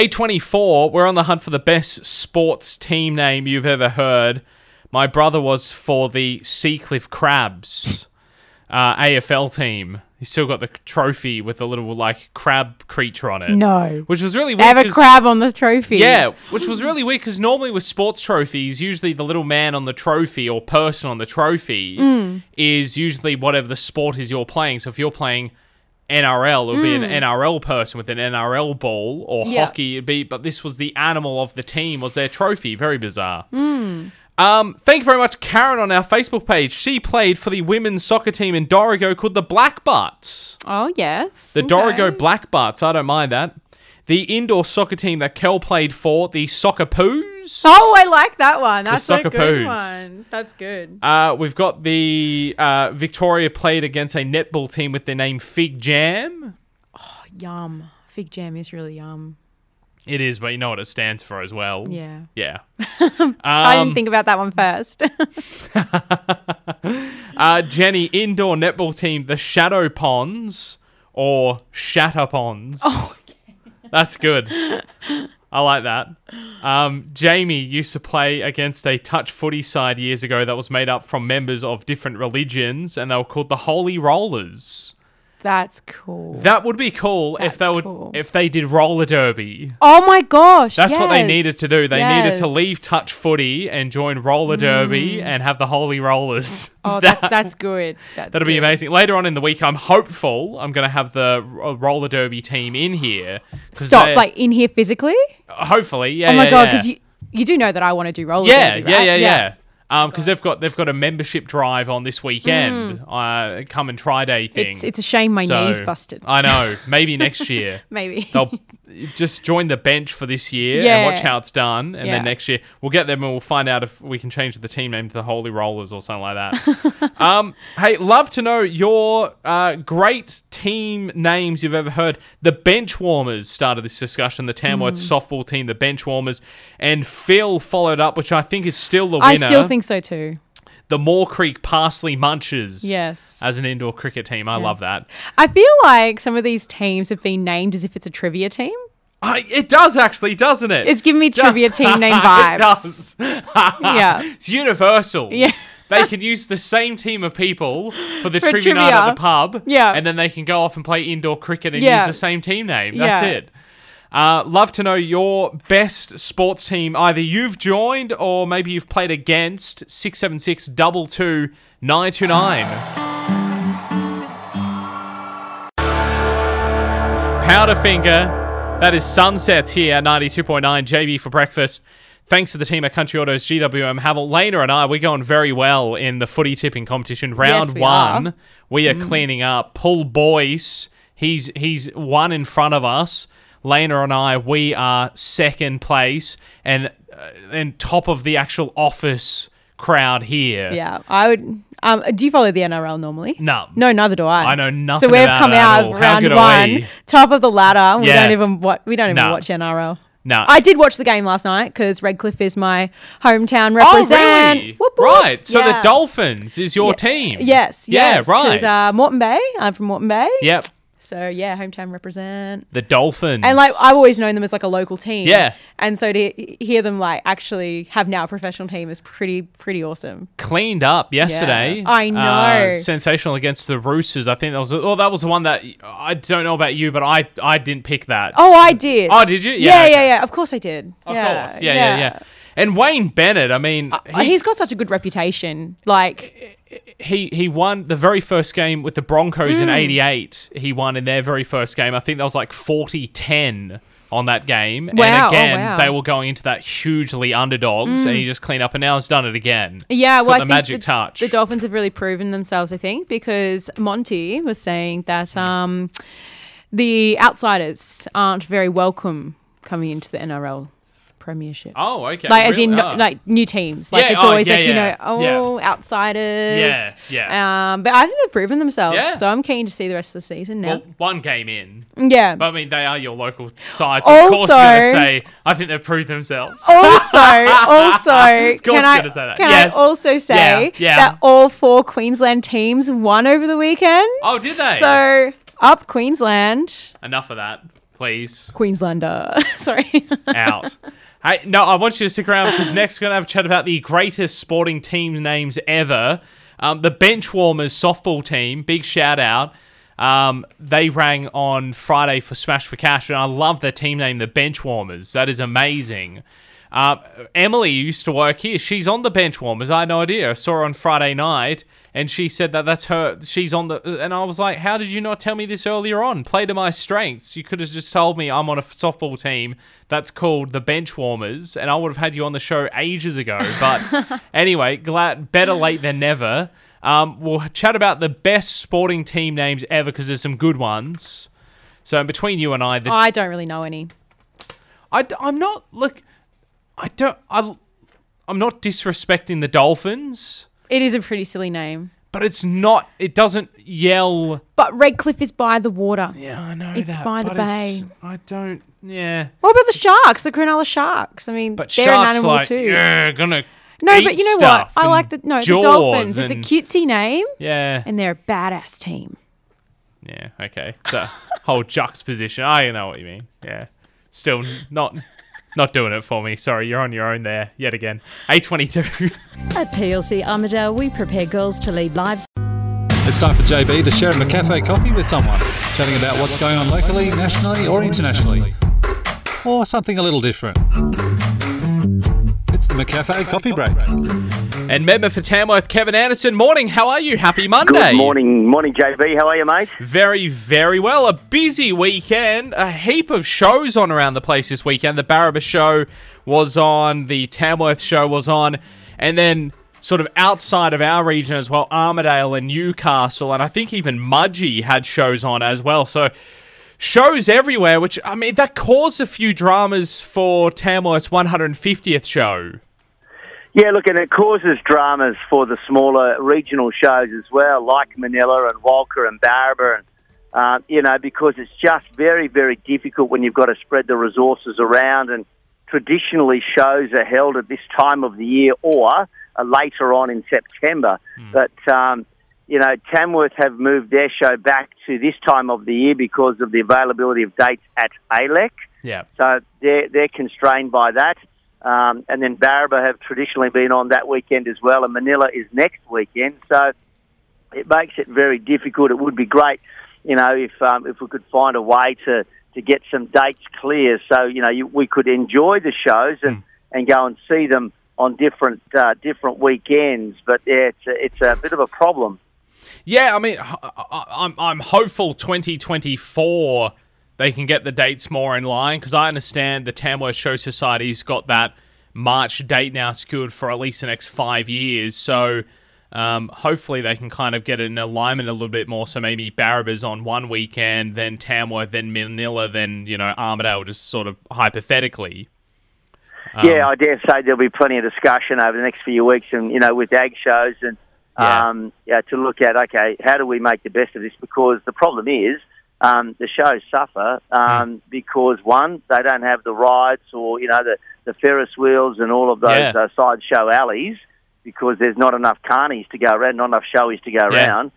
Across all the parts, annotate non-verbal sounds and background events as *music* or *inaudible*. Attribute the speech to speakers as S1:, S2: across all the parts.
S1: A24, we're on the hunt for the best sports team name you've ever heard. My brother was for the Seacliff Crabs *laughs* uh, AFL team. He's still got the trophy with the little like crab creature on it.
S2: No.
S1: Which was really
S2: They
S1: weird.
S2: have a
S1: 'cause-
S2: crab on the trophy.
S1: Yeah, which was really weird because normally with sports trophies, usually the little man on the trophy or person on the trophy
S2: Hmm.
S1: is usually whatever the sport is you're playing. So if you're playing NRL, it'll be an NRL person with an NRL ball or
S2: Hmm. Yeah.
S1: hockey. It'd be, but this was the animal of the team was their trophy. Very bizarre.
S2: Hmm.
S1: Um, thank you very much, Karen, on our Facebook page. She played for the women's soccer team in Dorigo called the Black Butts.
S2: Oh yes.
S1: The
S2: okay.
S1: Dorigo Black Barts, I don't mind that. The indoor soccer team that Kel played for, the Soccer Poos.
S2: Oh, I like that one. That's a
S1: sucker
S2: good
S1: poos.
S2: one. That's good.
S1: Uh, we've got the uh, Victoria played against a netball team with the name Fig Jam.
S2: Oh, Yum. Fig jam is really yum.
S1: It is, but you know what it stands for as well.
S2: Yeah.
S1: Yeah.
S2: *laughs* I
S1: Um,
S2: didn't think about that one first. *laughs*
S1: Uh, Jenny, indoor netball team, the Shadow Ponds or Shatter Ponds.
S2: Oh,
S1: *laughs* That's good. I like that. Um, Jamie used to play against a touch footy side years ago that was made up from members of different religions, and they were called the Holy Rollers.
S2: That's cool.
S1: That would be cool if
S2: That's
S1: they would
S2: cool.
S1: if they did roller derby.
S2: Oh my gosh.
S1: That's what they
S2: yes,
S1: needed to do. They needed to
S2: yes. Mm.
S1: leave touch footy and join roller derby and have the Holy Rollers.
S2: Oh, that's
S1: *laughs*
S2: that's good. That's
S1: That'll be
S2: good.
S1: amazing. Later on in the week, I'm hopeful I'm going to have the r- uh, roller derby team in here. 'cause
S2: Stop,
S1: they're-
S2: like in here physically.
S1: hopefully, yeah.
S2: oh my
S1: yeah,
S2: god,
S1: yeah.
S2: because you you do know that I want to do Oh roller
S1: yeah,
S2: derby,
S1: yeah,
S2: right?
S1: yeah, yeah, Um, because they've got they've got a membership drive on this weekend, uh, come and try day thing.
S2: Mm. It's it's a shame my
S1: So, uh,
S2: knee's busted.
S1: I know. Maybe
S2: *laughs*
S1: next year
S2: Maybe.
S1: they'll just join the bench for this year and
S2: Yeah.
S1: watch how it's done, and
S2: Yeah.
S1: then next year we'll get them and we'll find out if we can change the team name to the Holy Rollers or something like
S2: *laughs*
S1: that. um, hey, love to know your uh, great team names you've ever heard. The Bench Warmers started this discussion. The Tamworth
S2: Mm.
S1: softball team, the Bench Warmers, and Phil followed up, which I think is still the winner.
S2: I still think so too.
S1: the Moore Creek Parsley Munchers.
S2: Yes.
S1: as an indoor cricket team, I love that.
S2: I feel like some of these teams have been named as if it's a trivia team.
S1: I, it does actually, doesn't it?
S2: It's giving
S1: *laughs*
S2: me trivia team name vibes.
S1: it does.
S2: Yeah.
S1: It's universal.
S2: Yeah.
S1: they can use the same team of people for the
S2: For
S1: trivia, night at
S2: trivia.
S1: the pub.
S2: Yeah.
S1: And then they can go off and play indoor cricket and
S2: Yeah.
S1: use the same team name. That's
S2: Yeah.
S1: it. Uh, love to know your best sports team, either you've joined or maybe you've played against. 676 22 929. Powderfinger. That is Sunsets here, 92.9 JB for breakfast. Thanks to the team at Country Autos, GWM, Havel, Lena, and I, we're going very well in the footy tipping competition. Round
S2: Yes, we
S1: one,
S2: are. Mm.
S1: we are cleaning up. Paul Boyce, he's he's one in front of us. Lena and I, we are second place and uh, and top of the actual office crowd here.
S2: Yeah, I would. Um, do you follow the NRL normally?
S1: No.
S2: No, neither do I.
S1: I know nothing
S2: So we've
S1: about
S2: come
S1: it at
S2: out
S1: all.
S2: of
S1: How
S2: round
S1: good are we?
S2: one, top of the ladder. We
S1: Yeah.
S2: don't even what we don't even
S1: No.
S2: watch NRL.
S1: No.
S2: I did watch the game last night because Redcliffe is my hometown
S1: Oh,
S2: represent.
S1: really?
S2: Whoop, whoop.
S1: Right. So the
S2: Yeah.
S1: Dolphins is your team.
S2: Yes.
S1: Yeah,
S2: yes, 'cause,
S1: right.
S2: Uh, Moreton Bay. I'm from Moreton Bay.
S1: yep.
S2: So yeah, hometown represent.
S1: The Dolphins.
S2: And like I've always known them as like a local team.
S1: Yeah.
S2: And so to hear them like actually have now a professional team is pretty pretty awesome.
S1: cleaned up yesterday. uh,
S2: Yeah, I know.
S1: sensational against the Roosters. I think that was. Well, that was the one that I don't know about you, but I I didn't pick that.
S2: Oh, I did.
S1: Oh, did you?
S2: Yeah, yeah,
S1: okay.
S2: yeah. Of course I did.
S1: Of course. Yeah, yeah, yeah, And Wayne Bennett. I mean,
S2: Uh, He's got such a good reputation. Like,
S1: he he won the very first game with the Broncos
S2: Mm.
S1: in '88. He won in their very first game. I think that was like 40-10 on that game.
S2: Wow,
S1: And
S2: oh,
S1: again,
S2: wow. Mm.
S1: they were going into that hugely underdogs, and he just cleaned up. And now he's done it again.
S2: yeah,
S1: He's
S2: well,
S1: got
S2: I
S1: the
S2: think
S1: magic
S2: the,
S1: touch.
S2: the Dolphins have really proven themselves. I think because Monty was saying that um, the outsiders aren't very welcome coming into the NRL premiership.
S1: Oh, okay,
S2: Like, as in
S1: really?
S2: no-
S1: Ah.
S2: like new teams. Like
S1: Yeah,
S2: it's
S1: oh,
S2: always
S1: yeah,
S2: like you
S1: yeah,
S2: know,
S1: yeah.
S2: oh, outsiders.
S1: Yeah, yeah.
S2: Um, but I think they've proven themselves.
S1: Yeah.
S2: So I'm keen to see the rest of the season now.
S1: Well, one game in.
S2: yeah.
S1: But *laughs* I mean, they are your local sides. Of course, you're going to
S2: Also- Oh,
S1: say, I think they've proved themselves.
S2: also, also,
S1: course
S2: can
S1: you're
S2: I,
S1: gonna say that.
S2: can
S1: Yes.
S2: I also say
S1: Yeah, yeah.
S2: that all four Queensland teams won over the weekend?
S1: Oh, did they?
S2: So up Queensland.
S1: Enough of that. please.
S2: Queenslander. *laughs* Sorry.
S1: Out. *laughs* Hey, no, I want you to stick around because next we're going to have a chat about the greatest sporting team names ever. Um, the Benchwarmers softball team, big shout out. Um, they rang on Friday for Smash for Cash, and I love their team name, the Benchwarmers. That is amazing. Um, Emily used to work here. She's on the Benchwarmers. I had no idea. I saw her on Friday night, and she said that that's her. She's on the. And I was like, how did you not tell me this earlier on? Play to my strengths. You could have just told me I'm on a softball team that's called the Benchwarmers, and I would have had you on the show ages ago. But anyway, glad better late than never. Um, we'll chat about the best sporting team names ever because there's some good ones. So between you and I, the
S2: I don't really know any.
S1: I, am not look. I don't. I, I'm not disrespecting the Dolphins,
S2: It is a pretty silly name.
S1: but it's not. It doesn't yell.
S2: But Redcliffe is by the water.
S1: Yeah, I know
S2: It's
S1: that.
S2: by the
S1: but it's-
S2: bay.
S1: I don't. Yeah,
S2: What about the sharks? The Cronulla sharks. I mean,
S1: but
S2: they're an
S1: sharks
S2: animal
S1: like
S2: too.
S1: yeah, gonna.
S2: No,
S1: eat
S2: but you know what?
S1: stuff
S2: I
S1: and
S2: like the no the
S1: jaws
S2: dolphins. It's a
S1: and-
S2: cutesy name,
S1: Yeah,
S2: and they're a badass team.
S1: yeah, okay. So whole juxtaposition. I know what you mean. Yeah, still not not doing it for me. Sorry, you're on your own there yet again. A twenty two.
S3: At PLC Armadale, we prepare girls to lead lives.
S4: It's time for JB to share him a cafe coffee with someone, chatting about what's going on locally, nationally, or internationally, or something a little different. It's the McCafe Coffee Break.
S1: And member for Tamworth, Kevin Anderson. Morning. How are you? Happy Monday.
S5: Good morning, morning JB. How are you, mate?
S1: Very, very well. A busy weekend. A heap of shows on around the place this weekend. The Barabas show was on. The Tamworth show was on. And then sort of outside of our region as well, Armadale and Newcastle. And I think even Mudgee had shows on as well. So shows everywhere, which, I mean, that caused a few dramas for Tamworth's 150th show.
S5: Yeah, look, and it causes dramas for the smaller regional shows as well, like Manila and Walker and Barber, and uh, you know, because it's just very, very difficult when you've got to spread the resources around. And traditionally, shows are held at this time of the year or uh, later on in September. But um, you know, Tamworth have moved their show back to this time of the year because of the availability of dates at E ALEC.
S1: Yeah.
S5: So they're, they're constrained by that. Um, and then Baraba have traditionally been on that weekend as well, and Manila is next weekend. So it makes it very difficult. It would be great, you know, if um, if we could find a way to, to get some dates clear, so you know you, we could enjoy the shows and, and go and see them on different uh, different weekends. But yeah, it's a, it's a bit of a problem.
S1: Yeah, I mean, I- I- uh, I'm I'm hopeful 2024 they can get the dates more in line because I understand the Tamworth Show Society's got that March date now secured for at least the next five years. So um, hopefully they can kind of get it in alignment a little bit more. So maybe Barabas on one weekend, then Tamworth, then Manila, then you know Armadale, just sort of hypothetically. Um,
S5: yeah, I dare say there'll be plenty of discussion over the next few weeks, and you know, with ag shows and
S1: Yeah.
S5: um, yeah, to look at okay, how do we make the best of this? Because the problem is um, the shows suffer
S1: Hmm.
S5: um, because one, they don't have the rides or you know the, the Ferris wheels and all of those
S1: Yeah.
S5: uh, side show alleys because there's not enough carnies to go around, not enough showies to go
S1: Yeah.
S5: around.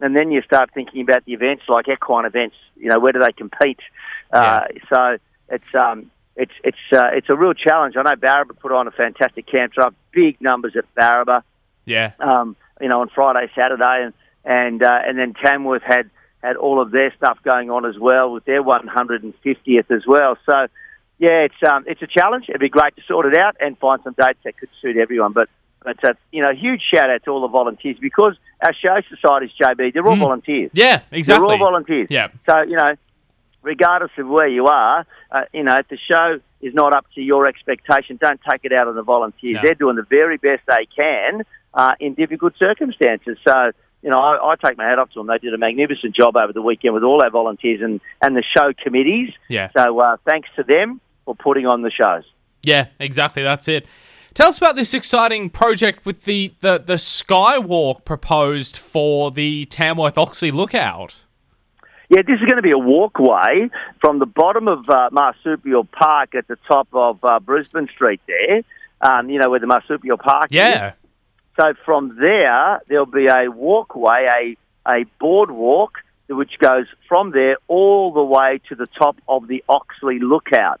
S5: And then you start thinking about the events like equine events. You know, where do they compete? Uh, so it's um, it's it's uh, it's a real challenge. I know Baraba put on a fantastic camp drive, big numbers at Baraba.
S1: Yeah,
S5: Um, you know, on Friday, Saturday, and and uh, and then Tamworth had had all of their stuff going on as well with their 150th as well. So yeah, it's um, it's a challenge. It'd be great to sort it out and find some dates that could suit everyone. But but uh, you know, huge shout out to all the volunteers because our show societies, JB, they're all volunteers.
S1: yeah, exactly.
S5: They're all volunteers.
S1: Yeah.
S5: So you know, regardless of where you are, uh, you know, if the show is not up to your expectation, don't take it out on the volunteers.
S1: No.
S5: They're doing the very best they can uh, in difficult circumstances. So. You know, I, I take my hat off to them. They did a magnificent job over the weekend with all our volunteers and, and the show committees.
S1: Yeah.
S5: So uh, thanks to them for putting on the shows.
S1: Yeah, exactly. That's it. Tell us about this exciting project with the, the, the Skywalk proposed for the Tamworth Oxley Lookout.
S5: Yeah, this is going to be a walkway from the bottom of uh, Marsupial Park at the top of uh, Brisbane Street there, um, you know, where the Marsupial Park is.
S1: Yeah.
S5: So from there, there'll be a walkway, a, a boardwalk. which goes from there all the way to the top of the Oxley Lookout.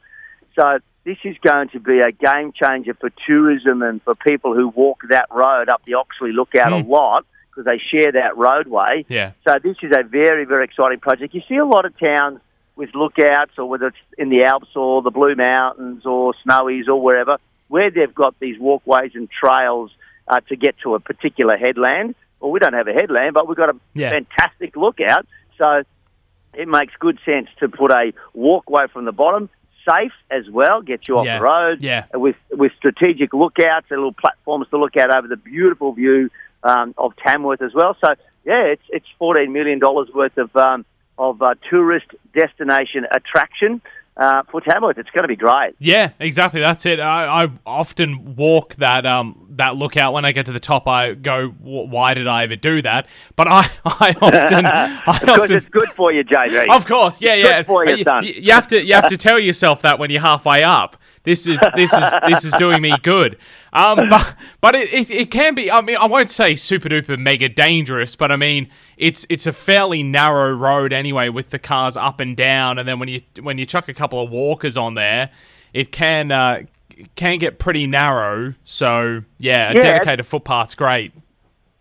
S5: So this is going to be a game changer for tourism and for people who walk that road up the Oxley Lookout a lot because they share that roadway.
S1: Hmm. Yeah.
S5: So this is a very, very exciting project. You see a lot of towns with lookouts, or whether it's in the Alps or the Blue Mountains or Snowies or wherever, where they've got these walkways and trails uh, to get to a particular headland. Well, we don't have a headland, but we've got a
S1: Yeah.
S5: fantastic lookout. So it makes good sense to put a walkway from the bottom, safe as well, get you off
S1: Yeah.
S5: the road.
S1: Yeah.
S5: With with strategic lookouts and little platforms to look out over the beautiful view um, of Tamworth as well. So yeah, it's it's fourteen million dollars worth of um, of uh, tourist destination attraction uh, for Tamworth. It's going to be great.
S1: Yeah, exactly. That's it. I, I often walk that um that lookout when I get to the top. I go, "W- why did I ever do that? But I *laughs* I often I
S5: Because
S1: often
S5: it's good for you, JB.
S1: *laughs* of course, yeah,
S5: Good
S1: yeah.
S5: for you,
S1: you,
S5: son.
S1: you- you have to you have to tell yourself that when you're halfway up. This is this is this is doing me good. Um, but but it, it, it can be. I mean, I won't say super duper mega dangerous, but I mean it's it's a fairly narrow road anyway, with the cars up and down, and then when you when you chuck a couple of walkers on there, it can uh, can get pretty narrow. So yeah, a
S5: Yeah.
S1: dedicated footpath's great.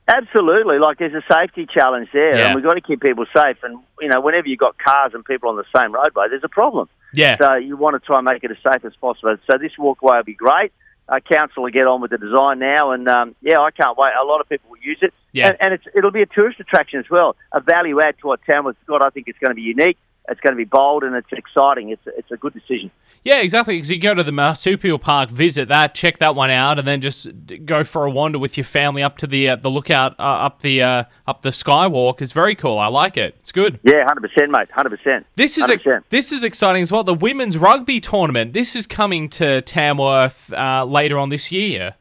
S5: Absolutely, like there's a safety challenge there,
S1: Yeah.
S5: and we've got to keep people safe. And you know, whenever you've got cars and people on the same roadway, there's a problem.
S1: Yeah,
S5: *laughs* So you want to try and make it as safe as possible. So this walkway will be great. Uh, council will get on with the design now, and um, yeah, I can't wait. A lot of people will use it,
S1: Yeah.
S5: and, and it's, it'll be a tourist attraction as well, a value add to what Tamworth's got. I think it's going to be unique. It's going to be bold, and it's exciting. It's it's a good decision.
S1: Yeah, exactly. Because you go to the marsupial park, visit that, check that one out, and then just d- go for a wander with your family up to the uh, the lookout, uh, up the uh, up the skywalk. It's very cool. I like it. It's good.
S5: Yeah, hundred percent, mate. Hundred percent.
S1: This is a, this is exciting as well. The women's rugby tournament. This is coming to Tamworth uh, later on this year.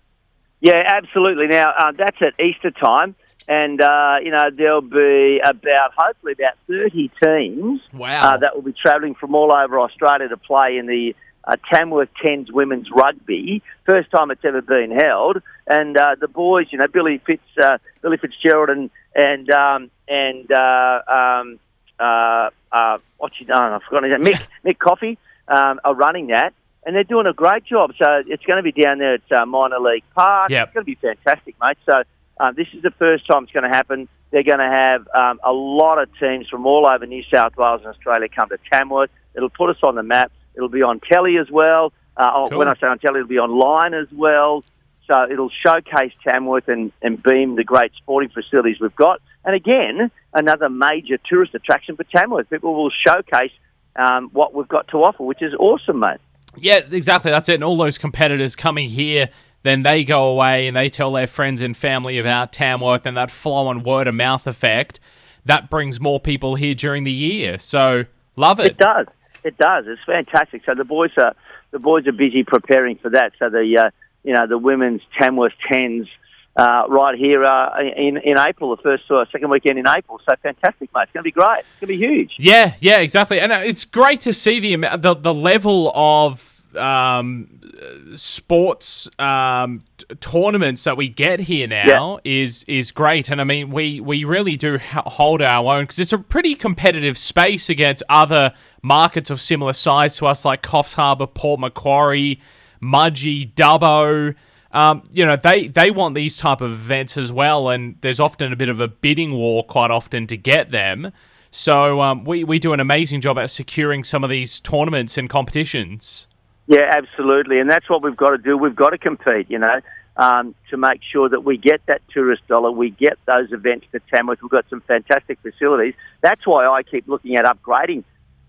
S5: Yeah, absolutely. Now uh, that's at Easter time, and uh, you know there'll be about hopefully about thirty teams.
S1: Wow.
S5: Uh, that will be travelling from all over Australia to play in the uh, Tamworth Tens Women's Rugby. First time it's ever been held, and uh, the boys, you know, Billy Fitz, uh, Billy Fitzgerald, and and um, and uh, um, uh, uh, what's you done? I've forgotten his name. Mick Mick Coffey um, are running that. And they're doing a great job. So it's going to be down there at uh, Minor League Park.
S1: Yep.
S5: It's going to be fantastic, mate. So um, this is the first time it's going to happen. They're going to have um, a lot of teams from all over New South Wales and Australia come to Tamworth. It'll put us on the map. It'll be on telly as well. Uh, oh,
S1: Cool.
S5: When I say on telly, it'll be online as well. So it'll showcase Tamworth and, and beam the great sporting facilities we've got. And again, another major tourist attraction for Tamworth. People will showcase um, what we've got to offer, which is awesome, mate.
S1: Yeah, exactly. That's it. And all those competitors coming here, then they go away and they tell their friends and family about Tamworth and that flow and word of mouth effect. That brings more people here during the year. So love it.
S5: It does. It does. It's fantastic. So the boys are the boys are busy preparing for that. So the uh, you know the women's Tamworth tens uh, right here uh, in in April, the first uh, second weekend in April. So fantastic, mate. It's going to be great. It's going to be huge.
S1: Yeah, yeah, exactly. And uh, it's great to see the amou- the, the level of um, uh, sports um, t- tournaments that we get here now is is great. And I mean, we we really do ho- hold our own because it's a pretty competitive space against other markets of similar size to us, like Coffs Harbour, Port Macquarie, Mudgee, Dubbo. Um, you know they, they want these type of events as well, and there's often a bit of a bidding war quite often to get them. So um, we we do an amazing job at securing some of these tournaments and competitions.
S5: Yeah, absolutely. And that's what we've got to do. We've got to compete, you know, um, to make sure that we get that tourist dollar, we get those events to Tamworth. We've got some fantastic facilities. That's why I keep looking at upgrading,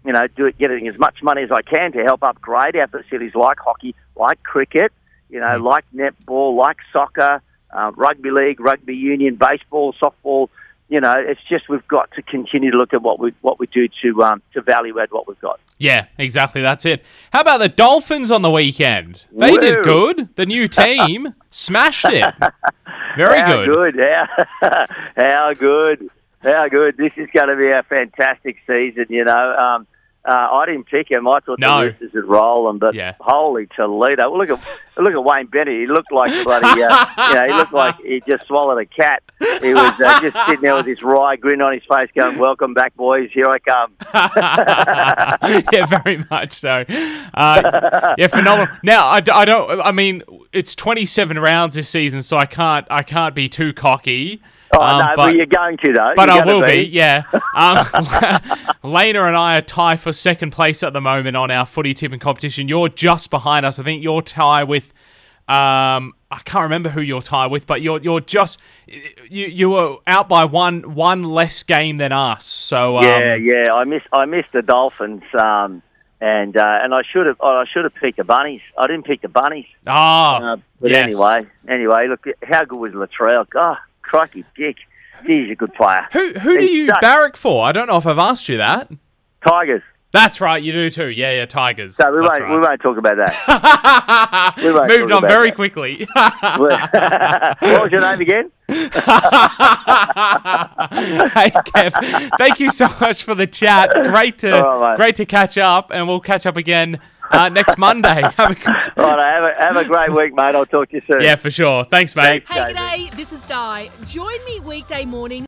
S5: you know, do it, getting as much money as I can to help upgrade our facilities like hockey, like cricket, you know, like netball, like soccer, uh, rugby league, rugby union, baseball, softball. You know, it's just we've got to continue to look at what we what we do to um, to value add what we've got.
S1: Yeah, exactly. That's it. How about the Dolphins on the weekend? They did
S5: Woo.
S1: good. The new
S5: *laughs*
S1: team smashed it. Very
S5: how
S1: good.
S5: *laughs* How, how good. How good. This is going to be a fantastic season, you know. Um, Uh, I didn't pick him. I thought
S1: No.
S5: the Roosters would roll him, but
S1: Yeah.
S5: holy Toledo! Well, look at look at Wayne Bennett. He looked like a bloody, uh, you know, he looked like he just swallowed a cat. He was uh, just sitting there with his wry grin on his face, going, "Welcome back, boys. Here I come."
S1: *laughs* yeah, very much so. Uh, yeah, phenomenal. Now, I, d- I don't. I mean, it's 27 rounds this season, so I can't. I can't be too cocky.
S5: Oh
S1: Um,
S5: no, but, you're going to though.
S1: but
S5: You're
S1: I
S5: gonna
S1: will be,
S5: *laughs*
S1: yeah. Um, *laughs* Lena and I are tie for second place at the moment on our footy tipping competition. You're just behind us. I think your tie with, um, I can't remember who your tie with, but you're you're just you you were out by one one less game than us. So um,
S5: Yeah, yeah. I miss I missed the Dolphins, um, and uh, and I should have I should have picked the Bunnies. I didn't pick the Bunnies.
S1: Ah,
S5: Uh, but
S1: yes.
S5: anyway, anyway, look, how good was Latrell? Oh, crikey, dick. He's a good player.
S1: Who who do
S5: He's
S1: you
S5: stuck.
S1: barrack for? I don't know if I've asked you that.
S5: Tigers.
S1: That's right, you do too. Yeah, yeah, Tigers.
S5: So we
S1: That's
S5: won't
S1: right.
S5: we won't talk about that.
S1: *laughs*
S5: we won't
S1: Moved on
S5: talk about
S1: very
S5: that.
S1: quickly.
S5: *laughs*
S1: *laughs*
S5: what was your name again?
S1: *laughs* hey Kev, thank you so much for the chat. Great to
S5: All right, mate.
S1: great to catch up, and we'll catch up again uh, next Monday. *laughs* Have a good-
S5: All right, have a, have a great week, mate. I'll talk to you soon.
S1: yeah, for sure. Thanks, mate.
S5: Thanks.
S6: Hey,
S5: David.
S6: g'day. This is Di. Join me weekday morning